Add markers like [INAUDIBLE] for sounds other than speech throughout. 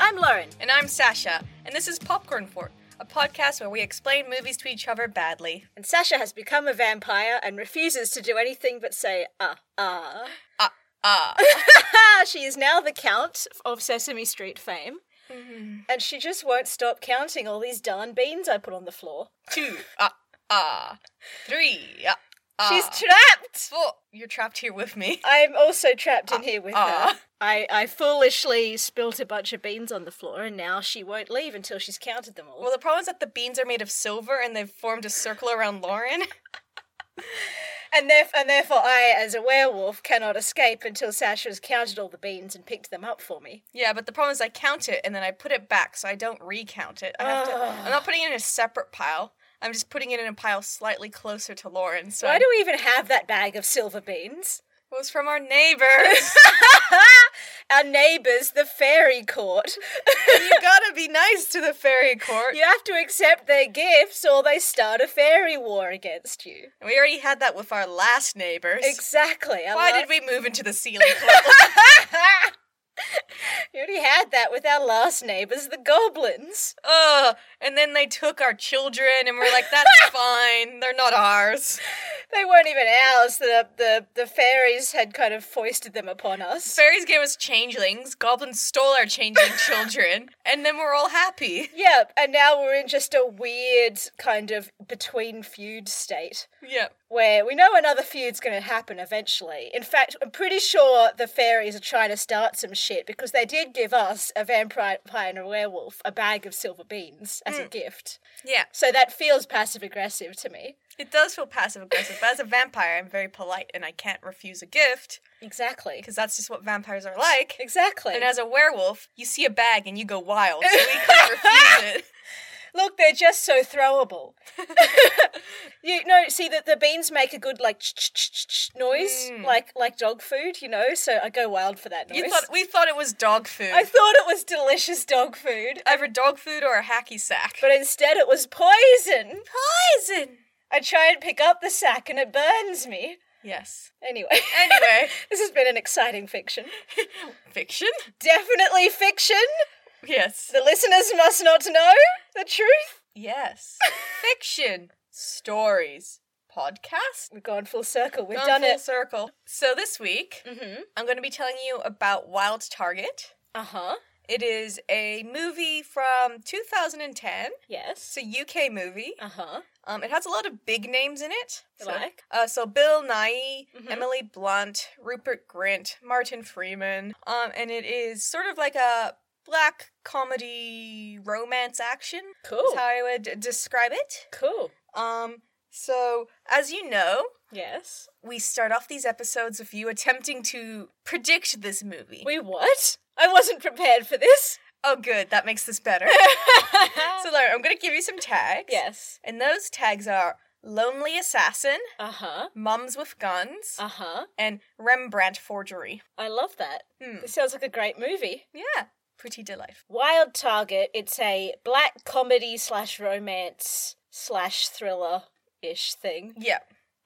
I'm Lauren. And I'm Sasha, and this is Popcorn Fort, a podcast where we explain movies to each other badly. And Sasha has become a vampire and refuses to do anything but say, ah, ah. Ah. [LAUGHS] [LAUGHS] she is now the Count of Sesame Street fame. Mm-hmm. And she just won't stop counting all these darn beans I put on the floor. Two. Ah. Ah. Three. Ah. ah. She's trapped! Four. You're trapped here with me. [LAUGHS] I'm also trapped in here with her. ah. I, I foolishly spilt a bunch of beans on the floor, and now she won't leave until she's counted them all. Well, the problem is that the beans are made of silver and they've formed a circle around Lauren. [LAUGHS] And, theref- and therefore, I, as a werewolf, cannot escape until Sasha's counted all the beans and picked them up for me. Yeah, but the problem is I count it and then I put it back, so I don't recount it. I have to, Ugh. I'm not putting it in a separate pile. I'm just putting it in a pile slightly closer to Lauren. So Why I'm- do we even have that bag of silver beans? it was from our neighbors. [LAUGHS] Our neighbours, the fairy court. [LAUGHS] you gotta be nice to the fairy court. you have to accept their gifts or they start a fairy war against you. We already had that with our last neighbors. Exactly. I Why love- did we move into the ceiling [LAUGHS] club? You already had that with our last neighbours, the goblins. [LAUGHS] Ugh. And then they took our children, and we're like, that's fine. They're not ours. They weren't even ours. The, the, the fairies had kind of foisted them upon us. Fairies gave us changelings. Goblins stole our changeling children, and then we're all happy. Yep, and now we're in just a weird kind of between feud state Yeah. where we know another feud's going to happen eventually. In fact, I'm pretty sure the fairies are trying to start some shit because they did give us a vampire and a werewolf a bag of silver beans as Hmm. a gift. Yeah. So that feels passive aggressive to me. It does feel passive aggressive, but as a vampire, I'm very polite and I can't refuse a gift Exactly. because that's just what vampires are like. Exactly. And as a werewolf, you see a bag and you go wild, so we can't refuse it. Look, they're just so throwable. [LAUGHS] you know, see that the beans make a good like ch- ch- ch- ch- noise, Mm. like like dog food, you know. So I go wild for that noise. You thought we thought it was dog food. I thought it was delicious dog food, either dog food or a hacky sack. but instead it was poison. poison. I try and pick up the sack and it burns me. Yes. Anyway, Anyway, [LAUGHS] [LAUGHS] this has been an exciting fiction. fiction. Definitely fiction. Yes. The listeners must not know the truth. Yes. [LAUGHS] fiction stories podcast. We've gone full circle. We've Gone done full it. circle. So this week, Mm-hmm. I'm going to be telling you about Wild Target. Uh huh. It is a movie from 2010. It's Yes. a UK movie. Uh huh. Um, it has a lot of big names in it. So, Like? uh, so Bill Nye, Mhm. Emily Blunt, Rupert Grint, Martin Freeman. Um, and it is sort of like a black comedy romance action. Is Cool. how I would d- describe it. Cool. Um, so as you know, Yes. we start off these episodes of you attempting to predict this movie. We what? I wasn't prepared for [LAUGHS] this. oh, good, that makes [LAUGHS] this better. so Lauren, I'm gonna give you some tags. yes. And those tags are lonely assassin, Uh huh. mums with guns, Uh huh. and Rembrandt forgery. I love that. Hmm. This sounds like a great movie. Yeah, pretty delightful. Wild Target. It's a black comedy slash romance slash thriller ish thing. Yeah,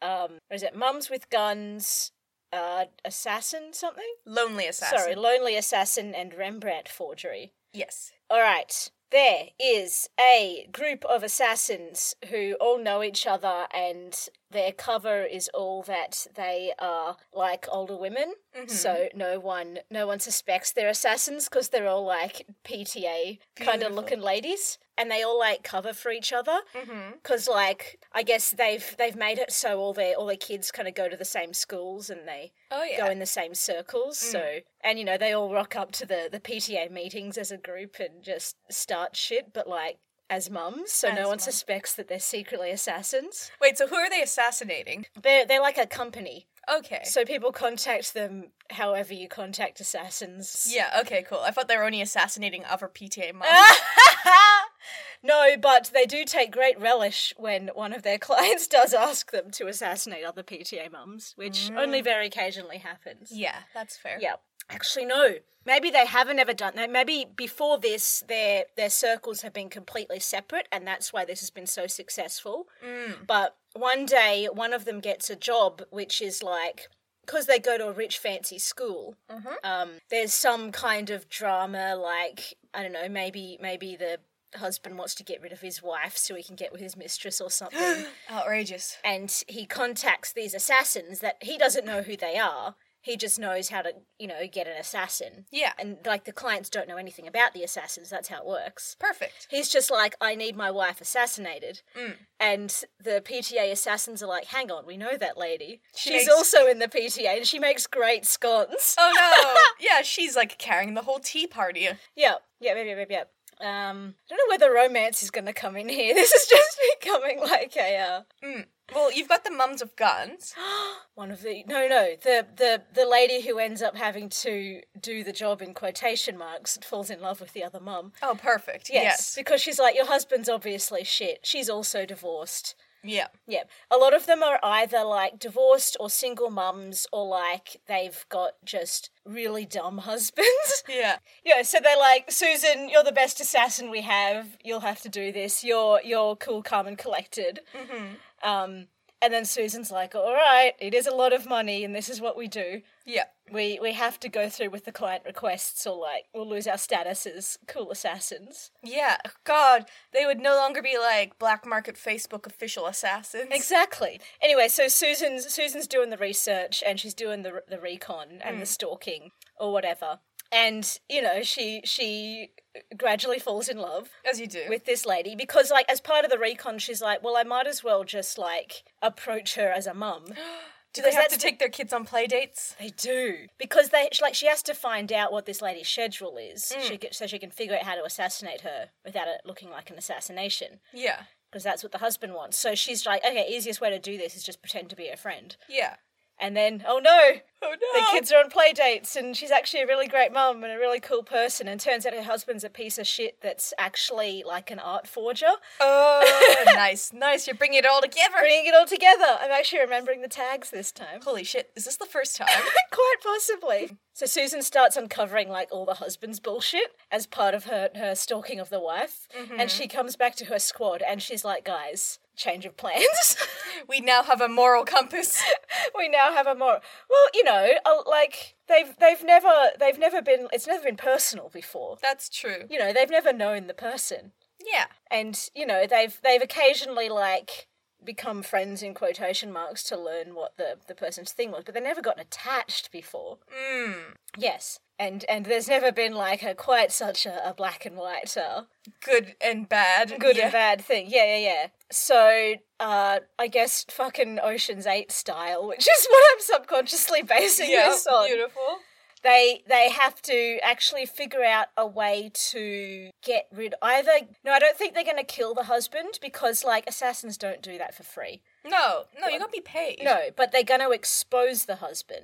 Um, or is it Mums with Guns, uh, Assassin something? lonely assassin. Sorry, Lonely Assassin and Rembrandt Forgery. Yes. All right. There is a group of assassins who all know each other, and their cover is all that they are like older women. Mhm. So no one, no one suspects they're assassins because they're all like PTA kind of Beautiful. looking ladies, and they all like cover for each other Mhm. because like I guess they've they've made it so all their all their kids kind of go to the same schools and they Oh yeah. Mm. go in the same circles. So, and you know, they all rock up to the the PTA meetings as a group and just start shit, but like as mums, so As no one mum. suspects that they're secretly assassins. Wait. So who are they assassinating? They're they're like a company, Okay. so people contact them however you contact assassins. yeah. Okay. Cool. I thought they were only assassinating other PTA moms. Ah! no, but they do take great relish when one of their [LAUGHS] clients does ask them to assassinate other PTA mums, which Mm. only very occasionally happens. yeah, that's fair. Yeah. Actually, no. Maybe they haven't ever done that. Maybe before this, their their circles have been completely separate, and that's why this has been so successful. Mm. But one day, one of them gets a job, which is like because they go to a rich fancy school Mhm. um, there's some kind of drama like i don't know maybe maybe the husband wants to get rid of his wife so he can get with his mistress or [GASPS] something [LAUGHS] Outrageous. and he contacts these assassins that he doesn't know who they are he just knows how to you know get an assassin Yeah. and like the clients don't know anything about the assassins that's how it works Perfect. He's just like, I need my wife assassinated. Mm. And the PTA assassins are like, hang on, we know that lady. She She's makes- also in the PTA and she makes great scones. [LAUGHS] Oh no. yeah, she's like carrying the whole tea party. Yeah, yeah, yeah, yeah, yeah. yeah. Um, I don't know whether romance is going to come in here. [LAUGHS] This is just becoming like a Well, you've got the mums [GASPS] of guns. uh, one of the no, no, the the the lady who ends up having to do the job in quotation marks and falls in love with the other mum. Oh, perfect. Yes, Yes. because she's like, your husband's obviously shit. She's also divorced. Yeah. Yeah. A lot of them are either like divorced or single mums or like they've got just really dumb husbands. [LAUGHS] Yeah. yeah, so they're like, Susan, you're the best assassin we have. You'll have to do this. You're you're cool, calm and collected. Mm-hmm. Um and then Susan's like, "All right, it is a lot of money and this is what we do. Yeah. We we have to go through with the client requests or like we'll lose our status as cool assassins." Yeah. God, they would no longer be like black market Facebook official assassins. Exactly. Anyway, so Susan's Susan's doing the research and she's doing the the recon and the stalking or whatever. And you know, she she gradually falls in love As you do. with this lady because like as part of the recon she's like, well, I might as well just like approach her as a mum. do they because have to that's- take their kids on play dates? They do because they like she has to find out what this lady's schedule is, she get, so she can figure out how to assassinate her without it looking like an assassination Yeah. because that's what the husband wants. So she's like, okay, easiest way to do this is just pretend to be her friend. Yeah. And then, oh no, Oh the no. [LAUGHS] kids are on play dates, and she's actually a really great mum and a really cool person. And turns out her husband's a piece of shit that's actually like an art forger. Oh, nice, nice. You're bringing it all together. Bringing it all together. I'm actually remembering the tags this time. Holy shit! Is this the first time? [LAUGHS] Quite possibly. So Susan starts uncovering like all the husband's bullshit as part of her her stalking of the wife, and she comes back to her squad and she's like, guys, change of plans. [LAUGHS] we now have a moral compass. we now have a more well, you know, uh, like they've they've never they've never been it's never been personal before. [LAUGHS] That's true. you know they've never known the person Yeah. and you know they've they've occasionally like become friends in quotation marks to learn what the the person's thing was but they've never gotten attached before Mm. yes and and there's never been like a quite such a, a black and white uh, Good and bad. good yeah. and bad thing yeah yeah yeah so uh i guess fucking oceans 8 style which is what i'm subconsciously basing [LAUGHS] Yeah. this on Beautiful. they they have to actually figure out a way to get rid either no i don't think they're going to kill the husband because like assassins don't do that for free No, no, you gotta be paid. no but they're going to expose the husband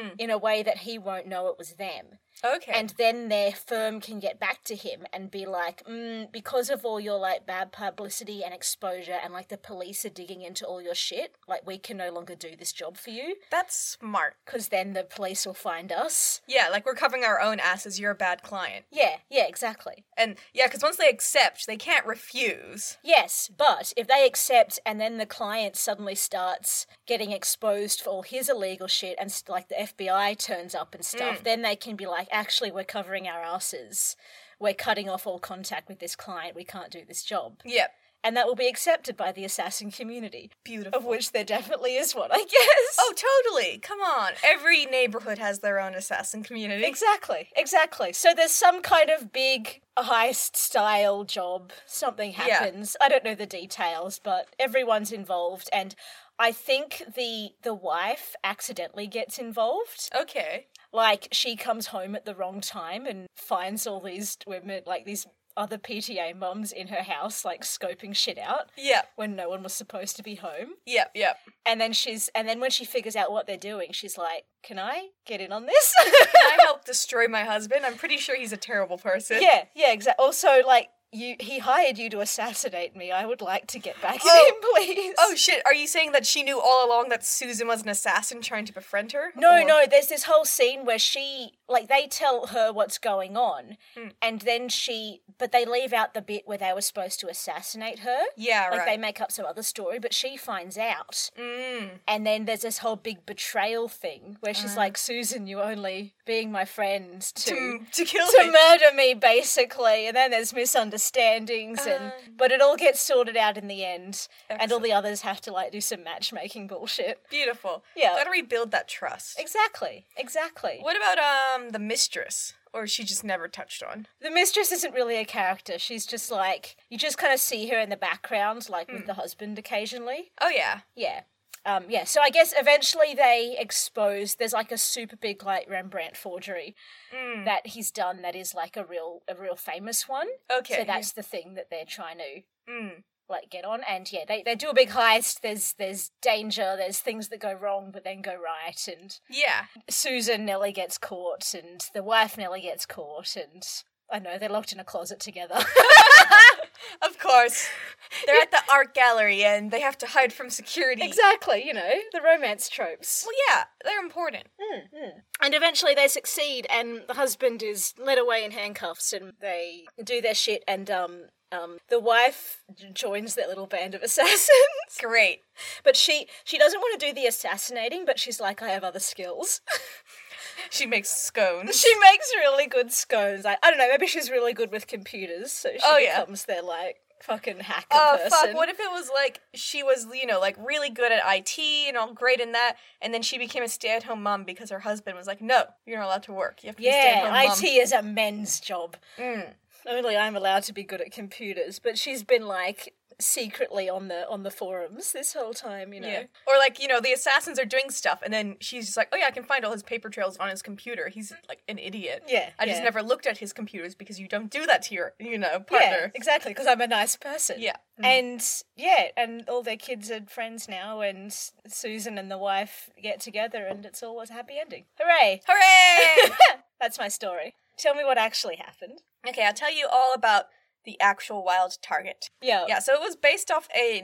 Mm. in a way that he won't know it was them Okay. and then their firm can get back to him and be like mm, because of all your like bad publicity and exposure and like the police are digging into all your shit like we can no longer do this job for you that's smart. because then the police will find us Yeah, like we're covering our own asses. You're a bad client. yeah yeah exactly And yeah, because once they accept, they can't refuse. Yes, but if they accept and then the client suddenly starts getting exposed for all his illegal shit and st- like the FBI turns up and stuff, then they can be like, actually, we're covering our asses. We're cutting off all contact with this client. We can't do this job. Yep. And that will be accepted by the assassin community, Beautiful. of which there definitely is one, I guess. Oh, totally. Come on. Every neighborhood has their own assassin community. Exactly, exactly. So there's some kind of big heist style job. Something Yeah. happens. I don't know the details, but everyone's involved and I think the the wife accidentally gets involved. okay. Like she comes home at the wrong time and finds all these women like these other PTA mums in her house like scoping shit out Yep. when no one was supposed to be home. Yep. Yep. And then she's and then when she figures out what they're doing, she's like, "Can I get in on this?" [LAUGHS] Can I help destroy my husband? I'm pretty sure he's a terrible person. [LAUGHS] Yeah, yeah, exactly. Also, like you, he hired you to assassinate me. I would like to get back at Oh. him, please. Oh shit, are you saying that she knew all along that Susan was an assassin trying to befriend her? no, Or- no. There's this whole scene where she like they tell her what's going on Mm. and then she but they leave out the bit where they were supposed to assassinate her Yeah, like right. they make up some other story but she finds out Mm. and then there's this whole big betrayal thing where she's Ah. like susan you only being my friend to To, [LAUGHS] [LAUGHS] to kill to me. murder me basically and then there's misunderstandings and Ah. but it all gets sorted out in the end and all Excellent. the others have to like do some matchmaking bullshit Beautiful. Yeah. Gotta rebuild that trust. exactly exactly What about um the mistress? Or she just never touched on. the mistress isn't really a character she's just like you just kind of see her in the background like with the husband occasionally Oh yeah. yeah um, yeah, so I guess eventually they expose. There's like a super big like Rembrandt forgery Mm. that he's done. That is like a real a real famous one. Okay. So that's the thing that they're trying to Mm. like get on and yeah they, they do a big heist there's there's danger there's things that go wrong but then go right and Yeah. susan nearly gets caught and the wife nearly gets caught and i know they're locked in a closet together [LAUGHS] Of course. They're at the art gallery and they have to hide from security. exactly you know the romance tropes Well yeah, they're important. and eventually they succeed and the husband is led away in handcuffs and they do their shit and um um, the wife joins their little band of [LAUGHS] assassins, Great. but she she doesn't want to do the assassinating. But she's like, I have other skills. [LAUGHS] She makes scones. She makes really good scones. Like, I don't know, maybe she's really good with computers, so she Oh, yeah. becomes their like fucking hacker Oh person. fuck, what if it was like she was, you know, like really good at IT and all great in that, and then she became a stay at home mom because her husband was like, No, you're not allowed to work. You have to be stay at home yeah, mom. IT is a men's job. Mm. Only I'm allowed to be good at computers, but she's been like secretly on the on the forums this whole time, you know. Yeah. Or like, you know, the assassins are doing stuff and then she's just like, Oh yeah, I can find all his paper trails on his computer. He's like an idiot. Yeah, I just yeah. never looked at his computers because you don't do that to your you know, Yeah, partner. exactly, because I'm a nice person. Yeah. Mm. And yeah, and all their kids are friends now, and Susan and the wife get together, and it's always a happy ending. Hooray! [LAUGHS] Hooray! That's my story. Tell me what actually happened. okay, I'll tell you all about the actual wild target. Yeah. Yeah, so it was based off a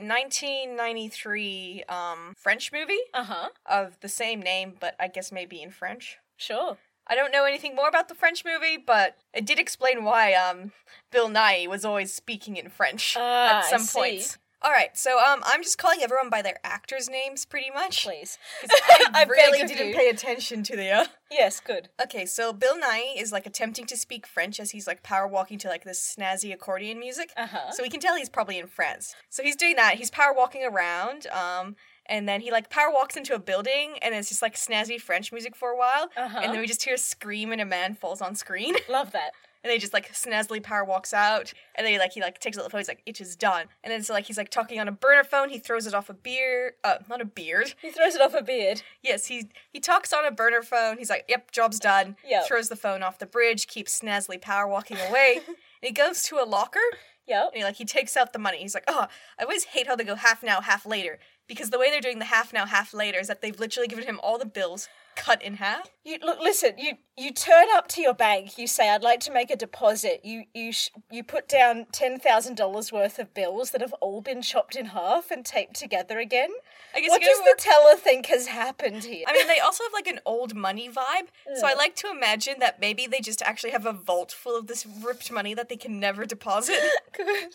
1993 um, French movie Uh huh. of the same name, but I guess maybe in French. Sure. I don't know anything more about the French movie, but it did explain why um, Bill Nye was always speaking in French Ah, at I some see. points. All right, so um, I'm just calling everyone by their actors' names, pretty much. Please. 'cause [LAUGHS] I, I beg really of didn't you. pay attention to the. Uh... Yes, good. Okay, so Bill Nye is like attempting to speak French as he's like power walking to like this snazzy accordion music. Uh huh. So we can tell he's probably in France. So he's doing that. He's power walking around. Um, and then he like power walks into a building, and it's just like snazzy French music for a while. Uh-huh. And then we just hear a scream, and a man falls on screen. [LAUGHS] Love that. and they just like snazzily power walks out. And then he, like he like takes out the phone. He's like, "It is done." And then so like he's like talking on a burner phone. He throws it off a beard. Uh, not a beard. He throws it off a beard. Yes, he he talks on a burner phone. He's like, "Yep, job's done." Yep. Throws the phone off the bridge. Keeps snazzily power walking away. and he goes to a locker. Yep. And he, like he takes out the money. He's like, oh, I always hate how they go half now, half later. Because the way they're doing the half now, half later is that they've literally given him all the bills cut in half. You look. Listen. You you turn up to your bank. You say, "I'd like to make a deposit." You you sh- you put down ten thousand dollars worth of bills that have all been chopped in half and taped together again. I guess What you guys does the were- teller think has happened here? I mean, they also have like an old money vibe. So I like to imagine that maybe they just actually have a vault full of this ripped money that they can never deposit. Good.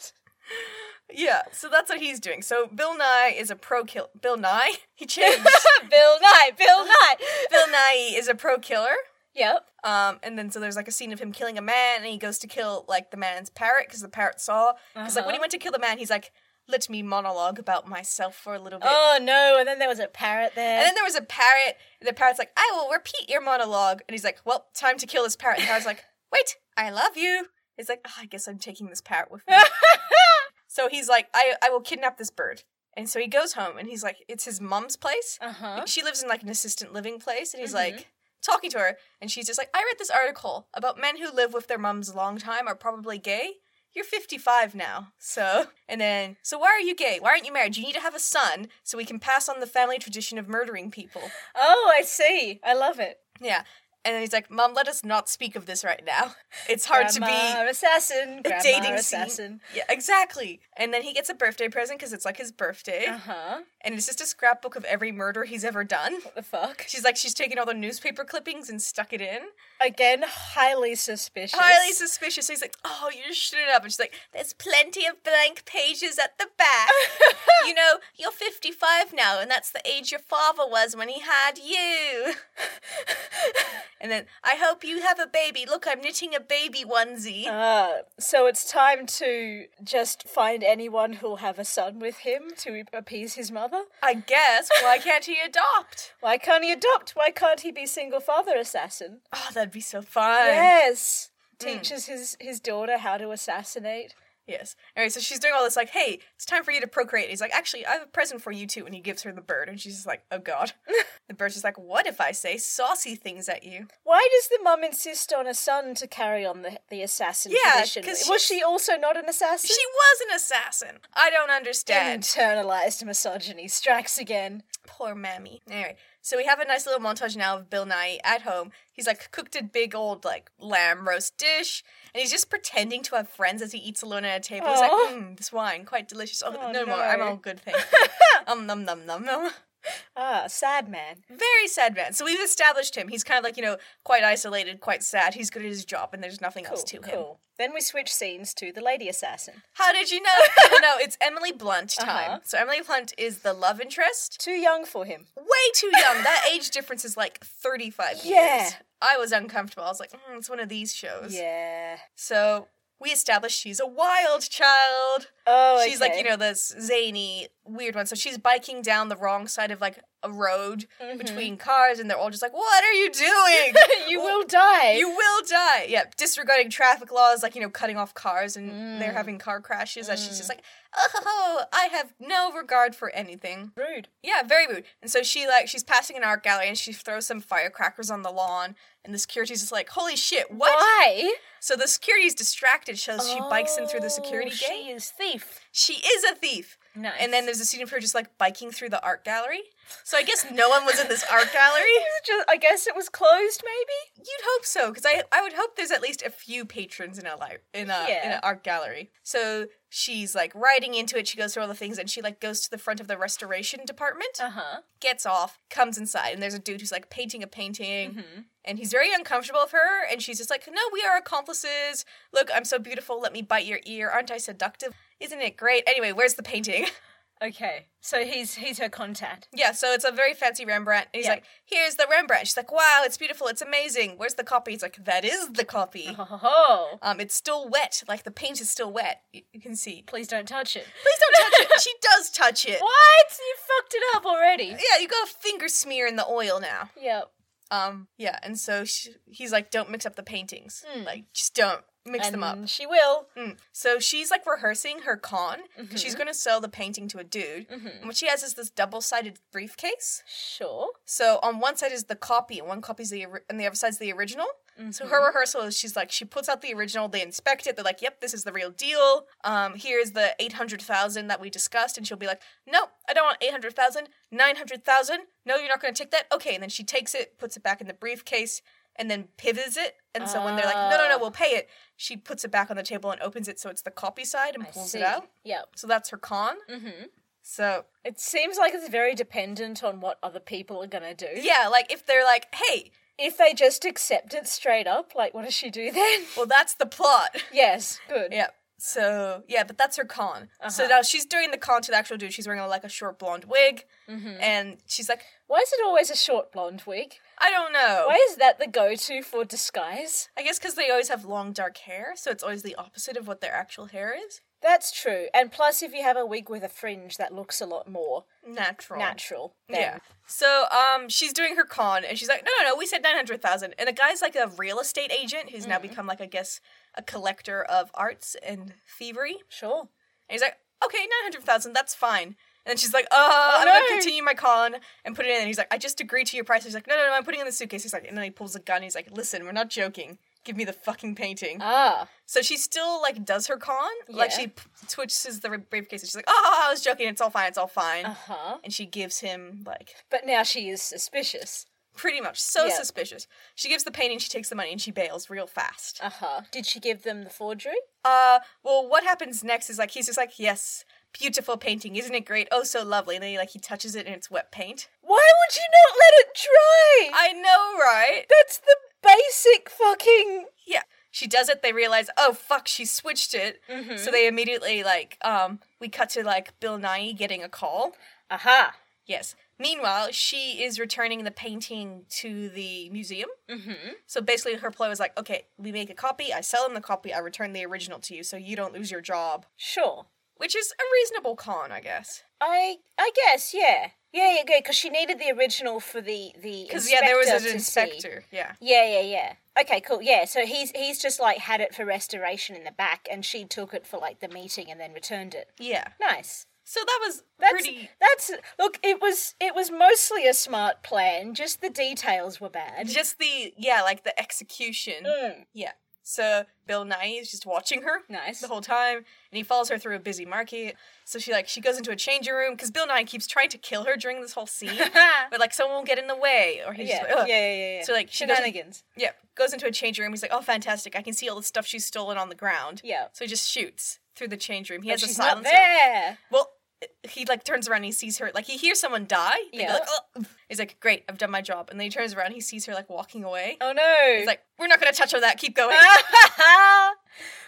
yeah, so that's what he's doing. So Bill Nye is a pro kill. Bill Nye? [LAUGHS] He changed. [LAUGHS] Bill Nye. Bill Nye. Bill Nye is a pro killer. Yep. Um, and then so there's like a scene of him killing a man, and he goes to kill like the man's parrot because the parrot saw. Because like when he Uh-huh. went to kill the man, he's like, "Let me monologue about myself for a little bit." Oh no! And then there was a parrot there. And then there was a parrot, and the parrot's like, "I will repeat your monologue," and he's like, "Well, time to kill this parrot." And the [LAUGHS] parrot's like, "Wait, I love you." He's like, oh, "I guess I'm taking this parrot [LAUGHS] with me." so he's like, "I I will kidnap this bird." And so he goes home, and he's like, "It's his mom's place." uh huh. she lives in like an assistant living place and he's Mhm. like talking to her and she's just like i read this article about men who live with their mums a long time are probably gay you're 55 now so [LAUGHS] and then so why are you gay why aren't you married you need to have a son so we can pass on the family tradition of murdering people Oh, I see. I love it. yeah and then he's like mom let us not speak of this right now [LAUGHS] it's hard to be Grandma assassin, grandma dating scene. assassin. yeah exactly and then he gets a birthday present because it's like his birthday Uh huh. and it's just a scrapbook of every murder he's ever done. What the fuck? She's like, she's taken all the newspaper clippings and stuck it in. Again, highly suspicious. Highly suspicious. So he's like, oh, you just shut it up. And she's like, there's plenty of blank pages at the [LAUGHS] back. you know, you're 55 now, and that's the age your father was when he had you. and then, I hope you have a baby. Look, I'm knitting a baby onesie. Uh, so it's time to just find anyone who'll have a son with him to appease his mother. I guess, why can't he adopt? Why can't he adopt? Why can't he be single father assassin? Oh, that'd be so fun. Yes. hmm. Teaches his, his daughter how to assassinate. Yes. All right, so she's doing all this, like, hey, it's time for you to procreate. And he's like, actually, I have a present for you too. And he gives her the bird, and she's just like, oh [LAUGHS] god. the bird's just like, what if I say saucy things at you? Why does the mum insist on a son to carry on the, the assassin Yeah, tradition? 'cause Was she also not an assassin? She was an assassin. I don't understand. Internalized misogyny strikes again. Poor mammy. Anyway, so we have a nice little montage now of Bill Nye at home. He's like cooked a big old like lamb roast dish, and he's just pretending to have friends as he eats alone at a table. He's like, Aw. mm, this wine, quite delicious. Oh, Oh, no, no. more. I'm all [LAUGHS] good, thank you. um, num, num, num, num. Ah, sad man. Very sad man. So we've established him. He's kind of like, you know, quite isolated, quite sad. He's good at his job, and there's nothing else to him. Then we switch scenes to the lady assassin. How did you know? [LAUGHS] no, no, it's Emily Blunt time. Uh-huh. So Emily Blunt is the love interest. Too young for him. way too young. That [LAUGHS] age difference is like 35 Yeah. years. I was uncomfortable. I was like, mm, it's one of these shows. Yeah. So we established she's a wild child. Oh, she's like, you know, this zany, weird one. So she's biking down the wrong side of like a road Mm-hmm. between cars, and they're all just like, what are [LAUGHS] you doing? you will die. You will die. Yeah, disregarding traffic laws, like, you know, cutting off cars and Mm. they're having car crashes. As she's just like, oh, ho, ho, I have no regard for anything. rude. Yeah, very rude. And so she like she's passing an art gallery and she throws some firecrackers on the lawn and the security's just like, Holy shit, what? Why? So the security's distracted, so she bikes in Oh, through the security she gate. is thief. She is a thief. Nice. And then there's a scene of her just like biking through the art gallery. So I guess no one was in this art gallery. [LAUGHS] just, I guess it was closed, maybe. You'd hope so, because I I would hope there's at least a few patrons in a li- in a in an Yeah. art gallery. So she's like riding into it. She goes through all the things, and she like goes to the front of the restoration department. Uh huh. gets off, comes inside, and there's a dude who's like painting a painting, Mm-hmm. and he's very uncomfortable of her, and she's just like, "No, we are accomplices. Look, I'm so beautiful. Let me bite your ear. Aren't I seductive? Isn't it great? Anyway, where's the painting? [LAUGHS] Okay. So he's he's her contact. yeah, so it's a very fancy Rembrandt, and he's Yeah. like, "Here's the Rembrandt." She's like, "Wow, it's beautiful. It's amazing. Where's the copy?" He's like, "That is the copy." Oh, Um, it's still wet. Like the paint is still wet. You, you can see. please don't touch it. Please don't touch it. [LAUGHS] She does touch it. What? You fucked it up already. Yeah, you got a finger smear in the oil now. Yep. Um, yeah, and so she, he's like, don't mix up the paintings. Mm. Like, just don't mix them up. And She will. Mm. So she's like rehearsing her con because she's going to sell the painting to a dude. And what she has is this double sided briefcase. Sure. So on one side is the copy, and one copy's the ori- and the other side's the original. So Mm-hmm. her rehearsal is she's like she puts out the original, they inspect it, they're like, "Yep, this is the real deal." Um, here is the eight hundred thousand that we discussed, and she'll be like, "No, I don't want eight hundred thousand. Nine hundred thousand. No, you're not going to take that." Okay, and then she takes it, puts it back in the briefcase, and then pivots it. And so when they're like, "No, no, no, Ah. we'll pay it," she puts it back on the table and opens it, so it's the copy side and I pulls see. it out. Yep. So that's her con. Mm-hmm. So It seems like it's very dependent on what other people are gonna do. yeah, like if they're like, "Hey, If they just accept it straight up, like what does she do then? [LAUGHS] well, that's the plot." yes, good. Yeah. So yeah, but that's her con. So Uh-huh. now she's doing the con to the actual dude. She's wearing like a short blonde wig, Mm-hmm. and she's like, Why is it always a short blonde wig? I don't know. Why is that the go-to for disguise? I guess because they always have long dark hair, so it's always the opposite of what their actual hair is. That's true. And plus, if you have a wig with a fringe, that looks a lot more Natural. natural. Than. Yeah. So um, she's doing her con, and she's like, no, no, no. We said nine hundred thousand, and the guy's like a real estate agent who's now Mm-hmm. become like I guess a collector of arts and thievery. Sure. And he's like, okay, 900,000, that's fine. And then she's like, uh, I'm Oh, no. gonna continue my con and put it in. And he's like, I just agreed to your price. He's like, no, no, no, I'm putting it in the suitcase. He's like, and then he pulls a gun. He's like, listen, we're not joking. Give me the fucking painting. Ah. so she still like does her con. Like Yeah. she p- twitches the briefcase. And she's like, oh, I was joking. It's all fine. It's all fine. Uh huh. And she gives him like But now she is suspicious. pretty much so Yeah. suspicious. She gives the painting. She takes the money and she bails real fast. Uh-huh. Uh huh. Did she give them the forgery? uh well what happens next is like he's just like yes beautiful painting, isn't it great? Oh, so lovely. And then he, like he touches it and it's wet paint. Why would you not let it dry? I know, right? That's the basic fucking. Yeah. She does it, they realize, oh fuck, she switched it. So they immediately like um we cut to like Bill Nye getting a call. Aha. Yes. Meanwhile, she is returning the painting to the museum. Mm-hmm. So basically her ploy was like, okay, we make a copy, I sell him the copy, I return the original to you so you don't lose your job. Sure. Which is a reasonable con, I guess. I I guess yeah. Yeah, yeah, good. Because she needed the original for the the. Because yeah, there was an inspector to see. inspector. Yeah. Yeah, yeah, yeah. Okay, cool. Yeah, so he's he's just like had it for restoration in the back, and she took it for like the meeting and then returned it. Yeah. Nice. So that was That's pretty that's look. It was it was mostly a smart plan. Just the details were [LAUGHS] bad. [LAUGHS] just the yeah, like the execution. Mm, Yeah. So Bill Nye is just watching her nice. the whole time, and he follows her through a busy market. So she like she goes into a changing room because Bill Nye keeps trying to kill her during this whole scene, [LAUGHS] yeah, but like someone will get in the way, or he's yeah, just like, yeah, "Ugh." yeah, yeah. So like she goes, in- shenanigans. yeah, goes into a changing room. He's like, oh fantastic, I can see all the stuff she's stolen on the ground. Yeah. So he just shoots through the change room. He But has she's a not silencer. there. Well, he like turns around and he sees her like he hears someone die. They go, Yeah. Like, oh. He's like, great, I've done my job, and then he turns around, and he sees her like walking away. Oh no. He's like, we're not gonna touch on that. Keep going.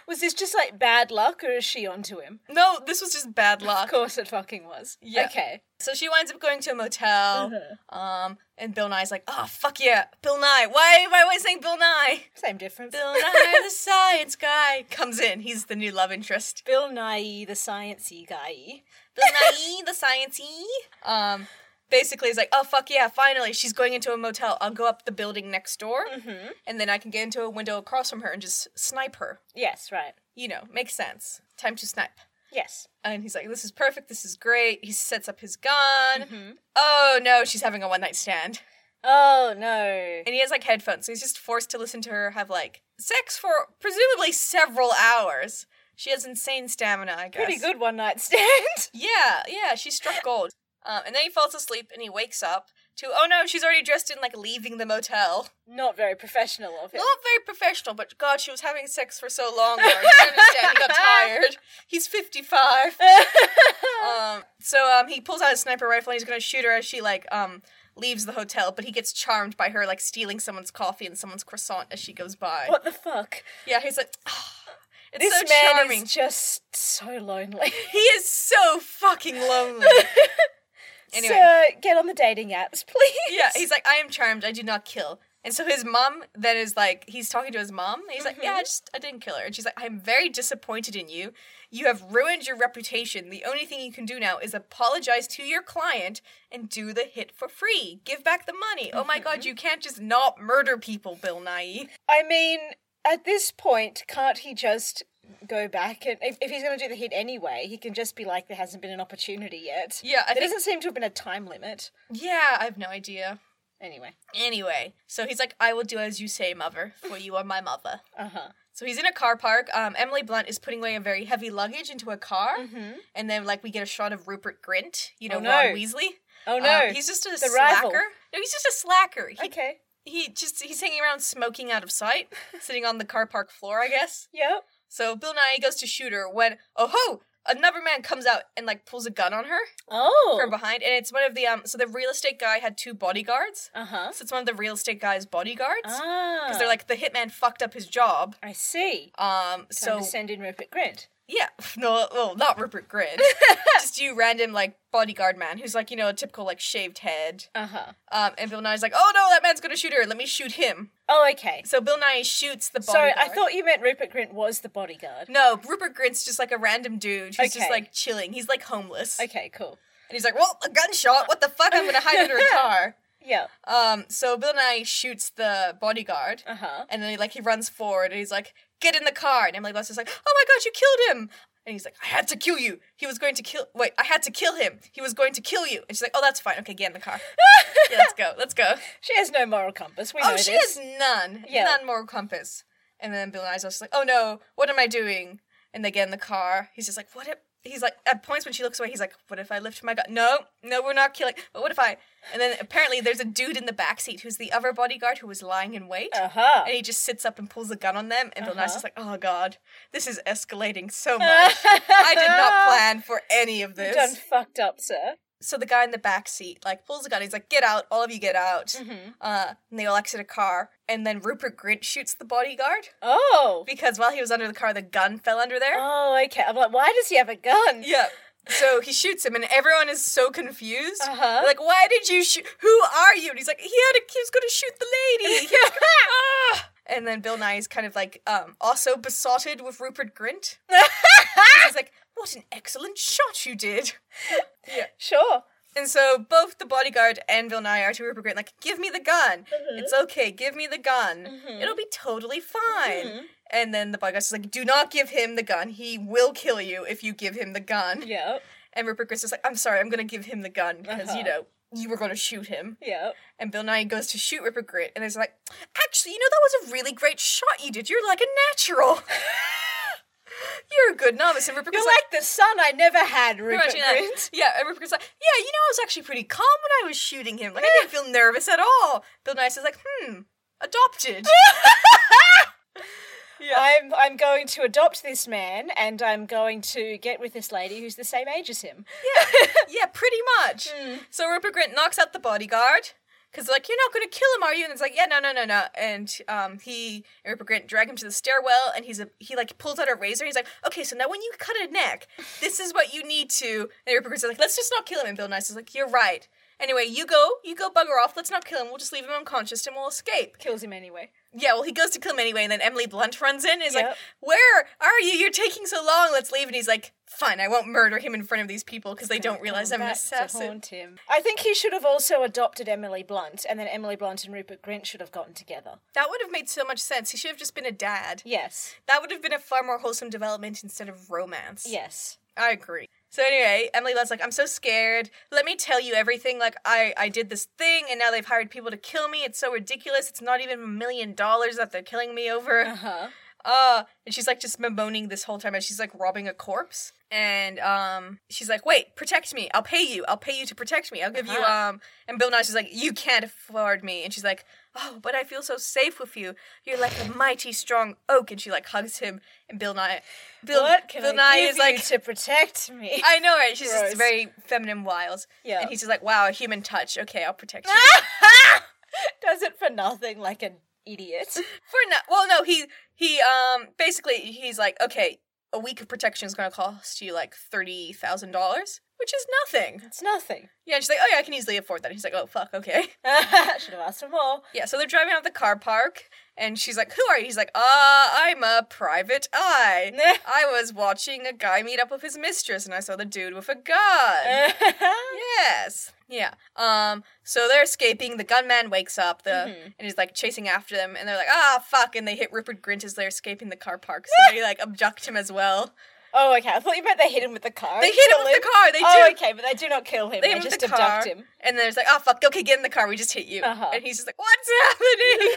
was this just like bad luck, or is she onto him? [LAUGHS] no, this was just bad luck. Of course, it fucking was. Yeah. Okay. So she winds up going to a motel. Um, and Bill Nye's like, oh fuck yeah, Bill Nye. Why am I always saying Bill Nye? Same difference. Bill Nye, the science guy, [LAUGHS] comes in. He's the new love interest. Bill Nye, the sciencey guy. Bill Nye, the sciencey. Um, basically is like, oh fuck yeah, finally she's going into a motel. I'll go up the building next door, Mm-hmm. and then I can get into a window across from her and just snipe her. Yes, right. You know, makes sense. Time to snipe. Yes. And he's like, this is perfect. This is great. He sets up his gun. Mm-hmm. Oh no, she's having a one night stand. [LAUGHS] Oh no. and he has like headphones, so he's just forced to listen to her have like sex for presumably several hours. She has insane stamina, I guess. Pretty good one night stand. [LAUGHS] Yeah, yeah, she struck gold. Um, and then he falls asleep and he wakes up to oh no, she's already dressed in like leaving the motel. Not very professional of him. Not very professional, but God, she was having sex for so long. Laura. You understand? He [LAUGHS] got tired. He's fifty-five. Um, so um, he pulls out his sniper rifle and he's gonna shoot her as she like um leaves the hotel. But he gets charmed by her like stealing someone's coffee and someone's croissant as she goes by. what the fuck? Yeah, he's like, "Ah, it's This so man charming. is just so lonely. He is so fucking [LAUGHS] lonely. anyway, So get on the dating apps, [LAUGHS] please. yeah, he's like, I am charmed. I do not kill. And so his mom then is like, he's talking to his mom. And he's like, Yeah, I just, I didn't kill her. And she's like, I'm very disappointed in you. You have ruined your reputation. The only thing you can do now is apologize to your client and do the hit for free. Give back the money. Oh my God, you can't just not murder people, Bill Nye. I mean, at this point, can't he just go back and if, if he's going to do the hit anyway, he can just be like, there hasn't been an opportunity yet. Yeah, There I think. doesn't seem to have been a time limit. Yeah, I have no idea. Anyway, Anyway, so he's like, I will do as you say, mother, for you are my mother. uh huh. So he's in a car park. Um, Emily Blunt is putting away a very heavy luggage into a car, Mm-hmm. and then like we get a shot of Rupert Grint, you know, Oh, no. Ron Weasley. Oh no. Um, he's just a the slacker. rival. No, he's just a slacker. He, okay. he just he's hanging around smoking out of sight, [LAUGHS] sitting on the car park floor, I guess. Yep. So Bill Nye goes to shoot her when oh ho, another man comes out and like pulls a gun on her from Oh. behind, and it's one of the um. So the real estate guy had two bodyguards. Uh huh. So it's one of the real estate guy's bodyguards. Ah. because they're like the hitman fucked up his job. I see. Um, So so send in Rupert Grint. yeah, [LAUGHS] no, well, not [LAUGHS] Rupert Grint, just you random like bodyguard man who's like you know a typical like shaved head. Uh huh. Um, and Bill Nye's like, oh no, that man's gonna shoot her. Let me shoot him. Oh, okay. So Bill Nye shoots the Sorry, bodyguard. I thought you meant Rupert Grint was the bodyguard. No, Rupert Grint's just like a random dude who's just Okay. like chilling. He's like homeless, Okay, cool. and he's like, "Well, a gunshot. What the fuck? I'm gonna hide [LAUGHS] under a car." Yeah. Um, so Bill Nye shoots the bodyguard, Uh huh. And then he, like he runs forward and he's like, "Get in the car!" And Emily Blunt's just like, "Oh my god, you killed him!" And he's like, "I had to kill you. He was going to kill. Wait, I had to kill him. He was going to kill you." And she's like, "Oh, that's fine. Okay, get in [LAUGHS] the car. yeah, let's go. Let's go." She has no moral compass. We know oh, she this. has none. Yeah. None moral compass. And then Bill Nye's just like, "Oh no, what am I doing?" And they get in the car. He's just like, "What? Am- he's like at points when she looks away, he's like, "What if I lift my gun? No, no, we're not killing. But what if I?" And then apparently there's a dude in the backseat who's the other bodyguard who was lying in wait, Uh huh. [LAUGHS] and he just sits up and pulls a gun on them. And Bill Uh-huh. Nyson's like, "Oh God, this is [LAUGHS] escalating so much. I did not plan for any of You this." done fucked up, sir. So the guy in the back seat like pulls a gun. He's like, "Get out, all of you, get out." Mm. Mm-hmm. Uh, and they all exit a car, and then Rupert Grint shoots the bodyguard Oh. because while he was under the car, the gun fell under there. Oh, okay. I'm like, why does he have a gun? Yeah. So he shoots him, and everyone is so confused. Uh huh. They're Like, why did you shoot? Who are you? And he's like, he had, a, he was going to shoot the lady. He was gonna- Ah! And then Bill Nye is kind of like, um, also besotted with Rupert Grint. he's like, what an excellent shot you did. [LAUGHS] sure. And so both the bodyguard and Bill Nye are to Rupert Grint, like, give me the gun. It's okay, give me the gun. Mhm. It'll be totally fine. Mhm. And then the bodyguard's just like, do not give him the gun. He will kill you if you give him the gun. Yeah. And Rupert Grint's just like, I'm sorry, I'm going to give him the gun because, Uh-huh. you know, you were going to shoot him. Yeah. And Bill Nye goes to shoot Rupert Grint, and is like, actually, you know, that was a really great shot you did. You're like a natural. [LAUGHS] You're a good novice. And Rupert You're Grint's like, the son I never had, like, Rupert pretty much, yeah. Grint. Yeah, and Rupert Grint's like, yeah, you know, I was actually pretty calm when I was shooting him. Like, I didn't feel nervous at all. Bill Nye says, like, hmm, [LAUGHS] adopted. Yeah. [LAUGHS] I'm I'm going to adopt this man, and I'm going to get with this lady who's the same age as him. yeah, pretty much. So Rupert Grint knocks out the bodyguard because like you're not gonna kill him, are you? And it's like, yeah, no, no, no, no. And um, he and Rupert Grint drag him to the stairwell, and he's a he like pulls out a razor. And he's like, okay, so now when you cut a neck, this is what you need to. And Rupert Grint's like, let's just not kill him. And Bill Nye's is like, you're right. Anyway, you go, you go bugger off. Let's not kill him. We'll just leave him unconscious, and we'll escape. Kills him anyway. Yeah, well, he goes to kill him anyway, and then Emily Blunt runs in. And is like, Yep. where are you? You're taking so long. Let's leave. And he's like, fine, I won't murder him in front of these people because they don't realize I'm an Back Oh, to assassin. haunt him. I think he should have also adopted Emily Blunt, and then Emily Blunt and Rupert Grint should have gotten together. That would have made so much sense. He should have just been a dad. Yes. That would have been a far more wholesome development instead of romance. Yes. I agree. So anyway, Emily Blunt's like, I'm so scared. Let me tell you everything. Like, I, I did this thing, and now they've hired people to kill me. It's so ridiculous. It's not even a million dollars that they're killing [LAUGHS] me over. huh. Uh, and she's like just bemoaning this whole time as she's like robbing a corpse. And um, she's like, wait, protect me. I'll pay you. I'll pay you to protect me. I'll give you Uh-huh. um. And Bill Nye's is like, you can't afford me. And she's like, oh, but I feel so safe with you. You're like a mighty strong oak. And she like hugs him. And Bill Nye, Bill, what can Bill I Nye give is like, you to protect me? [LAUGHS] I know, right? She's Gross. just very feminine wiles. Yeah. And he's just like, wow, a human touch. Okay, I'll [LAUGHS] protect you. Does it for nothing like an idiot. For no, well, no, he he um basically he's like, okay, a week of protection is going to cost you like thirty thousand dollars, which is nothing. It's [LAUGHS] nothing. [LAUGHS] Yeah, and she's like, oh yeah, I can easily afford that. He's like, oh fuck, okay. [LAUGHS] should have asked for more. Yeah, so they're driving out of the car park, and she's like, who are you? He's like, ah, I'm a private eye. [LAUGHS] I was watching a guy meet up with his mistress, and I saw the dude with a gun. Yes. Yeah. Um. So they're escaping. The gunman wakes up. The Mhm. and he's like chasing after them. And they're like, ah, fuck. And they hit Rupert Grint as they're escaping the car park. So they like abduct him as well. oh, okay. I thought you meant they hit him with the car. They and hit him kill with the car. They do. oh, okay, but they do not kill him. They They, hit him just with the abduct car. him. And there's like, ah, fuck. Okay, get in the car. We just hit you. Uh-huh. And he's just like, what's [LAUGHS] happening?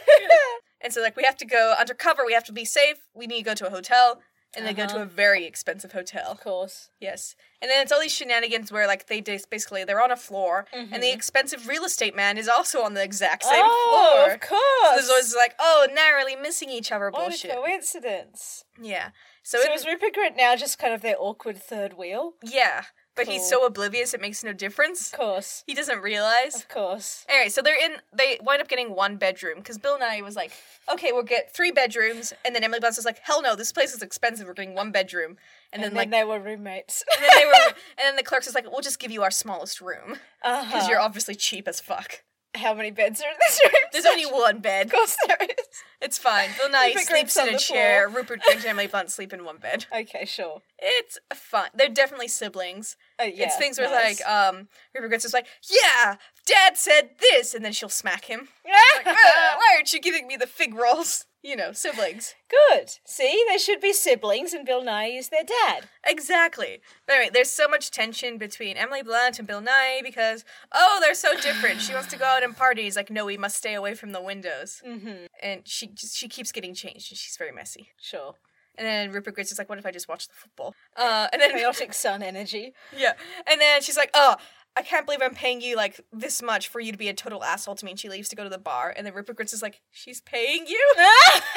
and so like we have to go undercover. We have to be safe. We need to go to a hotel. And they go Uh-huh. to a very expensive hotel. Of course. Yes. And then it's all these shenanigans where like they just basically they're on a floor and the expensive real estate man is also on the exact same Mm-hmm. oh, floor. of course. There's always like, oh, narrowly missing each other what bullshit. a coincidence. Yeah. So, So, it, is Rupert Grint now just kind of their awkward third wheel? yeah, but he's Cool. so oblivious it makes no difference. Of course. He doesn't realize. Of course. Anyway, so they're in. They wind up getting one bedroom because Bill Nye was like, "Okay, we'll get three bedrooms," and then Emily Blunt was like, "Hell no, this place is expensive. We're getting one bedroom." And, And, then, then, like, they were [LAUGHS] roommates. and then they [LAUGHS] were, and then the clerk's is like, "We'll just give you our smallest room because uh-huh. you're obviously cheap as fuck." How many beds are in this room? There's only one [LAUGHS] bed. Of course there is. It's fine. [LAUGHS] Bill Nye Rupert Grint's sleeps in on a the chair. Rupert [LAUGHS] Grint and Emily Blunt sleep in one bed. Okay, sure. It's fun. They're definitely siblings. Uh, yeah, it's things where nice. like um Rupert Grint's just like, yeah, Dad said this, and then she'll [LAUGHS] smack him. Like, "Ah, why aren't you giving me the fig rolls? You know, siblings. Good. See, they should be siblings, and Bill Nye is their dad. Exactly. But anyway, there's so much tension between Emily Blunt and Bill Nye because oh, they're so different. she wants to go out and party. He's like, no, we must stay away from the windows. Mm-hmm. [LAUGHS] And she just, she keeps getting changed, and she's very messy. Sure. And then Rupert Grint is like, what if I just watch the football? Uh, and then Chaotic sun energy. [LAUGHS] [LAUGHS] yeah, and then she's like, oh. I can't believe I'm paying you like this much for you to be a total asshole to me. And she leaves to go to the bar. And then Rupert Grint is like, she's paying you? [LAUGHS]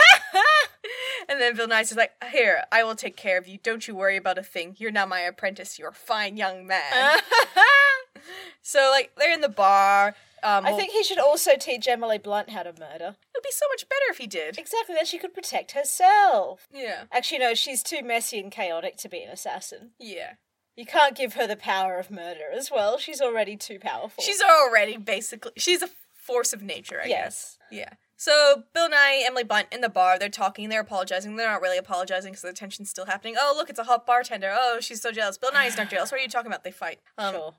and then Bill Nye is like, here, I will take care of you. Don't you worry about a thing. You're now my apprentice. You're a fine young [LAUGHS] man. so like they're in the bar. Um, I think he should also teach Emily Blunt how to murder. it'd be so much better if he did. Exactly, then she could protect herself. Yeah. Actually, no, she's too messy and chaotic to be an assassin. Yeah. You can't give her the power of murder as well. She's already too powerful. She's already basically she's a force of nature, I guess. yes. Yeah. So Bill Nye, Emily Blunt in the bar, they're talking, they're apologizing. They're not really apologizing because the tension's still happening. Oh, look, it's a hot bartender. Oh, she's so jealous. Bill Nye's [SIGHS] not jealous. What are you talking about? They fight. Um, sure.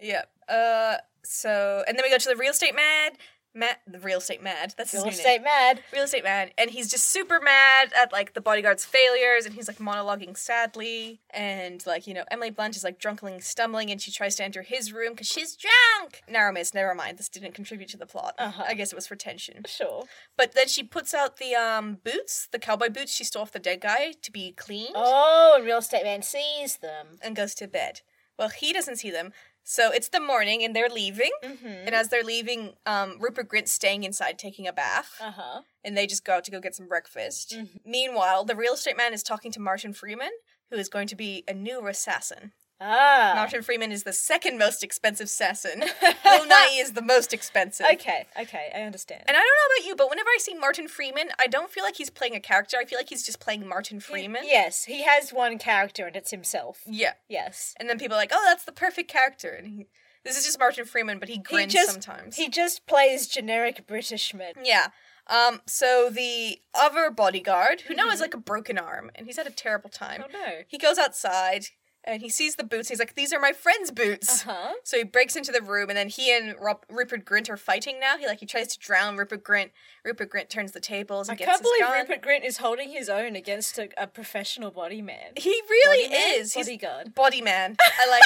Yeah. Uh. So and then we go to the real estate mad. Mad. The real estate mad. That's his Real new name. estate mad. real estate man and he's just super mad at like the bodyguard's failures and he's like monologuing sadly and like you know emily blunt is like drunkenly stumbling and she tries to enter his room because she's drunk narrow miss never mind this didn't contribute to the plot Uh-huh. i guess it was for tension Sure. but then she puts out the um boots the cowboy boots she stole off the dead guy to be cleaned Oh, and real estate man sees them. and goes to bed well he doesn't see them so it's the morning and they're leaving Mm-hmm. and as they're leaving um, rupert grint's staying inside taking a bath Uh huh. and they just go out to go get some breakfast. Mhm. Meanwhile, the real estate man is talking to Martin Freeman, who is going to be a new assassin. Ah. Martin Freeman is the second most expensive [LAUGHS] assassin. Bill Nye is the most expensive. okay. Okay. I understand. And I don't know about you, but whenever I see Martin Freeman, I don't feel like he's playing a character. I feel like he's just playing Martin Freeman. Yes, he has one character and it's himself. Yeah. Yes. And then people are like, "Oh, that's the perfect character." And he, this is just Martin Freeman, but he grins just- sometimes. He just plays generic Britishman. Yeah. Um, so the other bodyguard, who now has like a broken arm, and he's had a terrible time. Mm-hmm. Oh, no. He goes outside and he sees the boots. He's like, "These are my friend's boots." Uh-huh. So he breaks into the room, and then he and Rob- Rupert Grint are fighting now. He like he tries to drown Rupert Grint. Rupert Grint turns the tables and I gets can't his believe gun. Rupert Grint is holding his own against a, a professional body man. He really Body man? is. He's bodyguard. body man. I like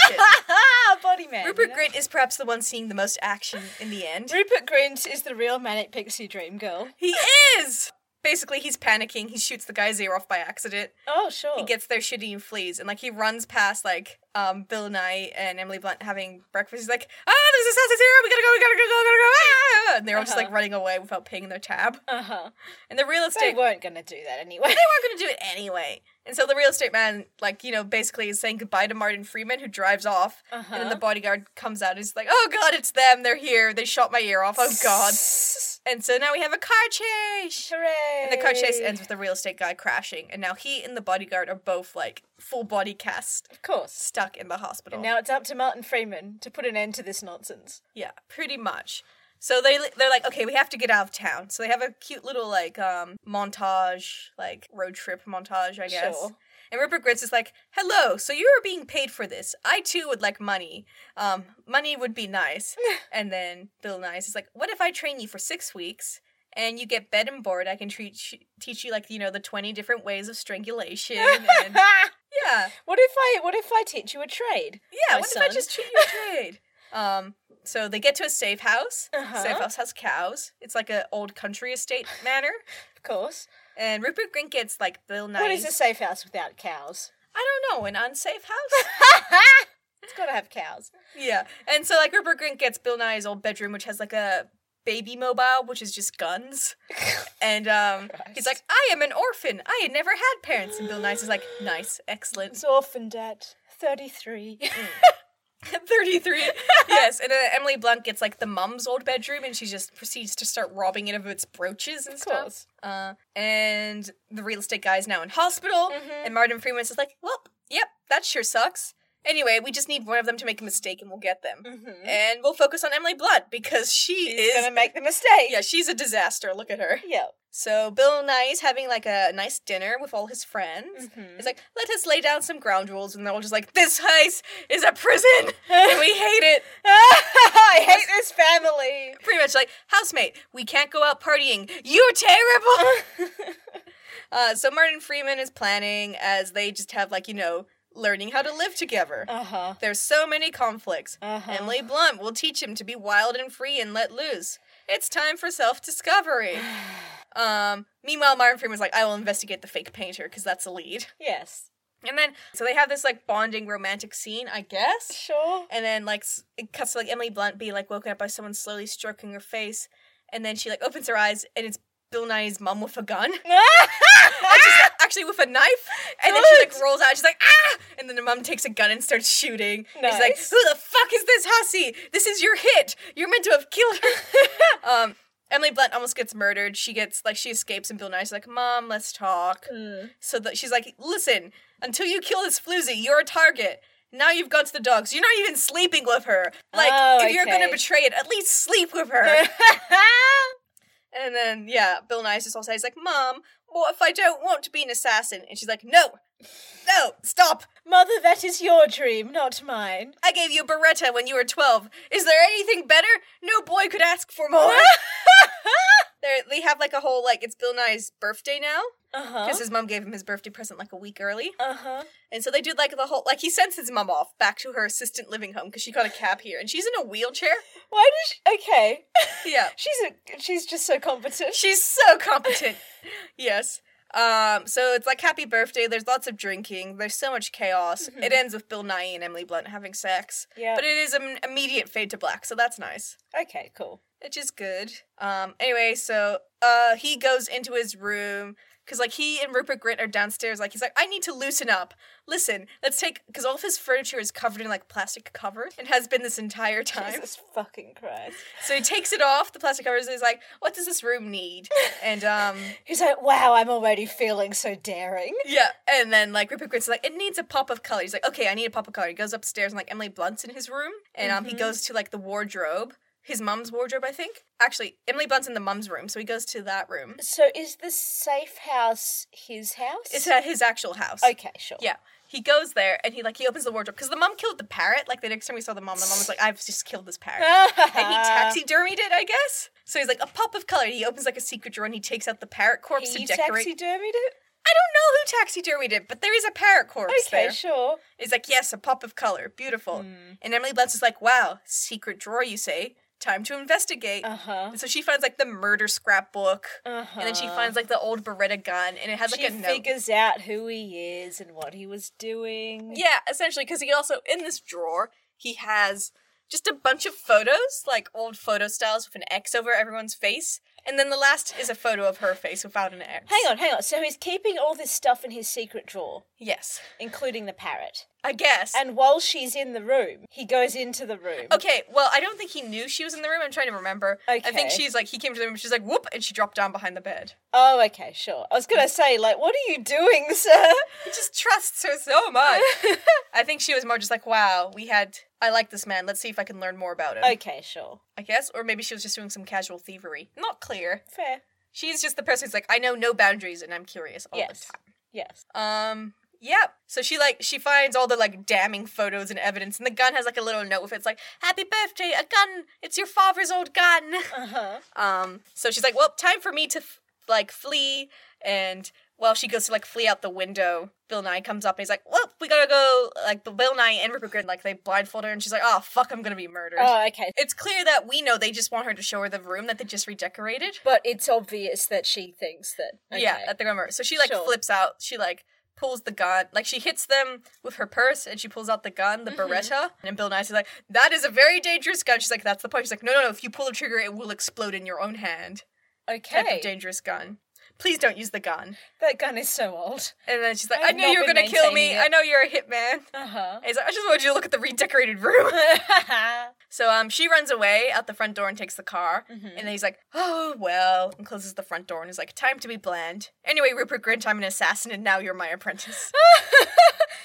[LAUGHS] it. body man. Rupert you know? Grint is perhaps the one seeing the most action in the end. [LAUGHS] Rupert Grint is the real manic pixie dream girl. He is. Basically, he's panicking. He shoots the guy Zeroff by accident. Oh, sure. He gets there shitty and flees, and like he runs past like um Bill Nye and Emily Blunt having breakfast. He's like, "Ah, there's assassins here! We gotta go! We gotta go! Gotta go!" Ah! And they're all just like Uh-huh. running away without paying their tab. [LAUGHS] uh-huh. And the real They estate weren't going to do that anyway. [LAUGHS] they weren't gonna do it anyway. And so the real estate man, like you know, basically is saying goodbye to Martin Freeman, who drives off. And then Uh-huh. the bodyguard comes out and is like, "Oh God, it's them! They're here! They shot my ear off! Oh God!" [LAUGHS] And so now we have a car chase. Hooray. And the car chase ends with the real estate guy crashing, and now he and the bodyguard are both like full body cast, Of course. stuck in the hospital. And now it's up to Martin Freeman to put an end to this nonsense. yeah, pretty much. So they they're like, okay, we have to get out of town. So they have a cute little like um montage, like road trip montage, I guess. [LAUGHS] Sure. And Rupert Grint is like, "Hello, so you are being paid for this. I too would like money. Um, money would [LAUGHS] be nice." and then Bill Nye is like, "What if I train you for six weeks and you get bed and board? I can treat teach you like you know the twenty different ways of [LAUGHS] strangulation." and, yeah, What if I what if I teach you a trade? yeah. My what if I son. just treat you a trade? [LAUGHS] Um, so they get to a safe house. Uh-huh. Safe house has cows. It's like an old country [LAUGHS] estate manor. Of course. And Rupert Grint gets like Bill Nye. What is a safe house without [LAUGHS] cows? I don't know an unsafe [LAUGHS] house. It's got to have cows. Yeah. And so like Rupert Grint gets Bill Nye's old bedroom, which has like a baby mobile, which is just [LAUGHS] guns. And um he's Christ. like, I am an orphan. I had never had parents. And Bill Nye's is like, nice, excellent. It's orphaned at 33. 33. [LAUGHS] yes. And then Emily Blunt gets like the mum's old bedroom and she just proceeds to start robbing it of its brooches and Of stuff. course. Uh, and the real estate guy is now in hospital. Mhm. And Martin Freeman's just like, well, yep, that sure sucks. Anyway, we just need one of them to make a mistake and we'll get [LAUGHS] them. Mm-hmm. and we'll focus on Emily Blunt because she He's is going to make the mistake. [LAUGHS] yeah, she's a disaster. Look at her. Yeah. So Bill Nye's having like a nice dinner with all his friends. Mhm. It's like, let us lay down some ground rules, and they're all just like, this house is a prison, and we [LAUGHS] hate it. [LAUGHS] I hate this family. Pretty much like, housemate, we can't go out partying. You're terrible. [LAUGHS] uh, so Martin Freeman is planning as they just have like you know learning how to live together. Uh-huh. There's so many conflicts. Uh-huh. Emily [SIGHS] Blunt will teach him to be wild and free and let loose. It's time for self discovery. Um, meanwhile, Martin Freeman's like, I will investigate the fake painter because that's a lead. Yes. And then, so they have this like bonding romantic scene, I guess. Sure. And then like s- it cuts to like Emily Blunt being like woken up by someone slowly stroking her face, and then she like opens her eyes and it's Bill Nye's mum with a gun. [LAUGHS] And she's like, actually with a knife, and then she like rolls out. She's like ah, and then the mum takes a gun and starts shooting. And She's like, Nice. who the fuck is this hussy? This is your hit. You're meant to have killed her. um, Emily Blunt almost gets murdered. She gets like she escapes, and Bill Nye's like, mom, let's talk. [LAUGHS] Mm. So that she's like, listen, until you kill this floozy, you're a target. Now you've got to the dogs. You're not even sleeping with her. Like, Oh, if you're gonna okay. betray it, at least sleep with her. and then yeah, Bill Nye's just all says like, Mom, what if I don't want to be an assassin? And she's like, No, no, stop. [LAUGHS] Mother, that is your dream, not mine. I gave you a Beretta when you were twelve. Is there anything better? No boy could ask for more. [LAUGHS] They're, they have like a whole like it's Bill Nye's birthday now Uh because huh. his mom gave him his birthday present like a week early. Uh huh. And so they do like the whole like he sends his mom off back to her assistant living home because she got a cab here and she's in a wheelchair. Why does she? Okay. Yeah, She's a, she's just so competent. she's so competent. yes. Um. So it's like happy birthday. There's lots of drinking. There's so much chaos. Mhm. It ends with Bill Nye and Emily Blunt having sex, Yeah. but it is an immediate fade to black. So that's nice. okay. Cool. Which is good. Um. Anyway, so uh, he goes into his room. Cause like he and Rupert Grint are downstairs, like he's like, I need to loosen up. Listen, let's take, cause all of his furniture is covered in like plastic cover and has been this entire time. Jesus fucking Christ. So he takes it off the plastic covers and he's like, "What does this room need?" And um, He's like, wow, I'm already feeling so daring. yeah, and then like Rupert Grint's like, "It needs a pop of color." He's like, "Okay, I need a pop of color." He goes upstairs and like Emily Blunt's in his room, and um, he Mhm. goes to like the wardrobe, his mum's wardrobe, I think. Actually, Emily Blunt's in the mum's room, so he goes to that room. So is the safe house his house? It's at his actual house. okay, sure. Yeah. He goes there and he like he opens the wardrobe because the mum killed the parrot. Like the next time we saw the mum, the mum was like, "I've just killed [LAUGHS] this parrot." and he taxidermied it, I guess. So he's like a pop of color. He opens like a secret drawer and he takes out the parrot corpse He to decorate. taxidermied it? I don't know who taxidermied it, but there is a parrot corpse Okay, Hmm. there. sure. He's like, yes, a pop of color, beautiful. And Emily Blunt's is like, wow, secret drawer, you say? Time to investigate. Uh huh. And so she finds like the murder scrapbook, Uh huh. and then she finds like the old Beretta gun, and it has like she a note. figures out who he is and what he was doing. Yeah, essentially, because he also in this drawer he has just a bunch of photos, like old photo styles with an X over everyone's face, and then the last is a photo of her face without an X. Hang on, hang on. So he's keeping all this stuff in his secret drawer, Yes, including the parrot. I guess. And while she's in the room, he goes into the room. okay, well, I don't think he knew she was in the room. I'm trying to remember. I think Okay. she's like he came to the room. She's like whoop, and she dropped down behind the bed. Oh, okay, sure. I was gonna say, like, what are you doing, [LAUGHS] sir? He just trusts her so much. [LAUGHS] I think she was more just like, wow, we had. I like this man. Let's see if I can learn more about him. okay, sure. I guess, or maybe she was just doing some casual thievery. Not clear. Fair. She's just the person who's like, I know no boundaries and I'm curious all Yes. Yes. the time. Um, yeah. So she like she finds all the like damning photos and evidence, and the gun has like a little note with it. It's like, Happy birthday, a gun. It's your father's old gun. Uh-huh. Um, so she's like, Well, time for me to f- like flee, and while she goes to like flee out the window, Bill Nye comes up and he's like, Well, we gotta go. Like Bill Nye and Rupert Grint like they blindfold her, and she's like, Oh fuck, I'm gonna be murdered. Oh, okay. it's clear that we know they just want her to show her the room that they just redecorated. But it's obvious that she thinks that. Okay. Yeah, at the grammar. So she like Sure. flips out. She like pulls the gun. Like she hits them with her purse and she pulls out the gun, the Mhm. Beretta. And Bill Nye's like, that is a very dangerous gun. She's like, that's the point. She's like, no, no, no. If you pull the trigger, it will explode in your own hand. Type of okay. dangerous gun. Please don't use the gun. That gun is so old. And then she's like, I I, have knew not you were been gonna kill me. maintaining it." I know you're a hitman. [LAUGHS] Uh And he's like, I just wanted you to look at the redecorated room. [LAUGHS] huh. so um, she runs away out the front door and takes the car. Mhm. And then he's like, oh, well, and closes the front door and is like, time to be bland. Anyway, Rupert Grint, I'm an assassin and now you're my [LAUGHS] apprentice.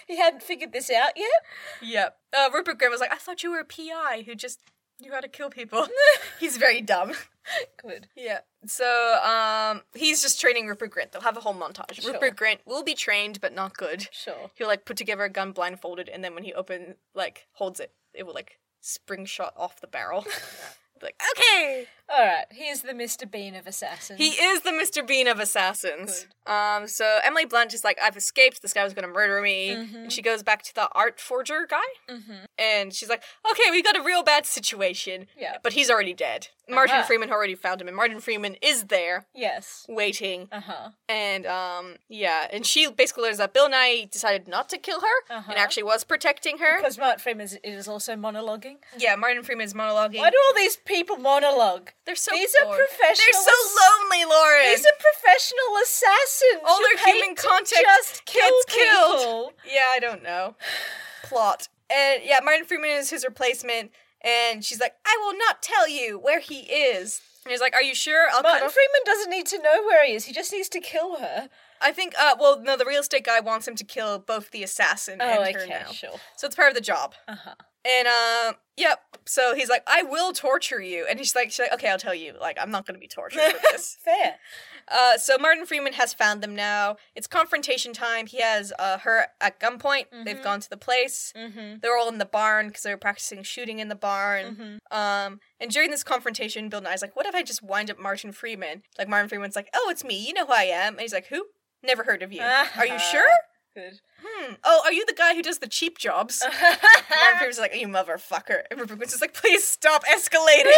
he hadn't figured this out yet. yep. Uh, Rupert Grint was like, I thought you were a PI who just knew how to kill [LAUGHS] people. he's very dumb. Good. Yeah. So um, he's just training Rupert Grint. They'll have a whole montage. Sure. Rupert Grint will be trained, but not good. Sure. He'll like put together a gun [LAUGHS] blindfolded and then when he open like holds it, it will like spring shot off the barrel. Like, okay. All right, here's the Mr. Bean of assassins. He is the Mr. Bean of assassins. Um, so Emily Blunt is like, I've escaped. This guy was going to murder me. Mm-hmm. And she goes back to the art forger guy, Mhm. and she's like, Okay, we got a real bad situation. Yeah. But he's already dead. Martin Uh-huh. Freeman already found him, and Martin Freeman is there Yes. waiting. Uh huh. And um, yeah, and she basically learns that Bill Nye decided not to kill her Uh-huh. and actually was protecting her. Because Martin Freeman is, is also monologuing. yeah, Martin Freeman's monologuing. Why do all these people monologue? They're so These are bored. They're professional so lonely, Lauren. These are professional assassins. All You're their paid human to contact Just kill gets killed. people. Yeah, I don't know. Plot. And yeah, Martin Freeman is his replacement, and she's like, I will not tell you where he is. And he's like, Are you sure? I'll cut Martin off. Freeman doesn't need to know where he is. He just needs to kill her. I think, uh, well, no, the real estate guy wants him to kill both the assassin Oh, and her now. Uh-huh. sure. So it's part of the job. Uh huh. And, uh, yep. So he's like, I will torture you. And he's like, she's like Okay, I'll tell you. Like, I'm not going to be [LAUGHS] tortured for this. Fair. Uh, so Martin Freeman has found them now. It's confrontation time. He has uh, her at gunpoint. They've gone to the place. Mm-hmm. They're all in the barn because they were practicing shooting in the barn. Mhm. Um, and during this confrontation, Bill Nye's like, "What if I just wind up Martin Freeman?" Like Martin Freeman's like, "Oh, it's me. You know who I am." And he's like, "Who? Never heard of you. Are [LAUGHS] you sure? Good. Hmm. Oh, are you the guy who does the cheap jobs?" [LAUGHS] Martin Freeman's like, "You motherfucker." And Freeman's just like, "Please stop escalating."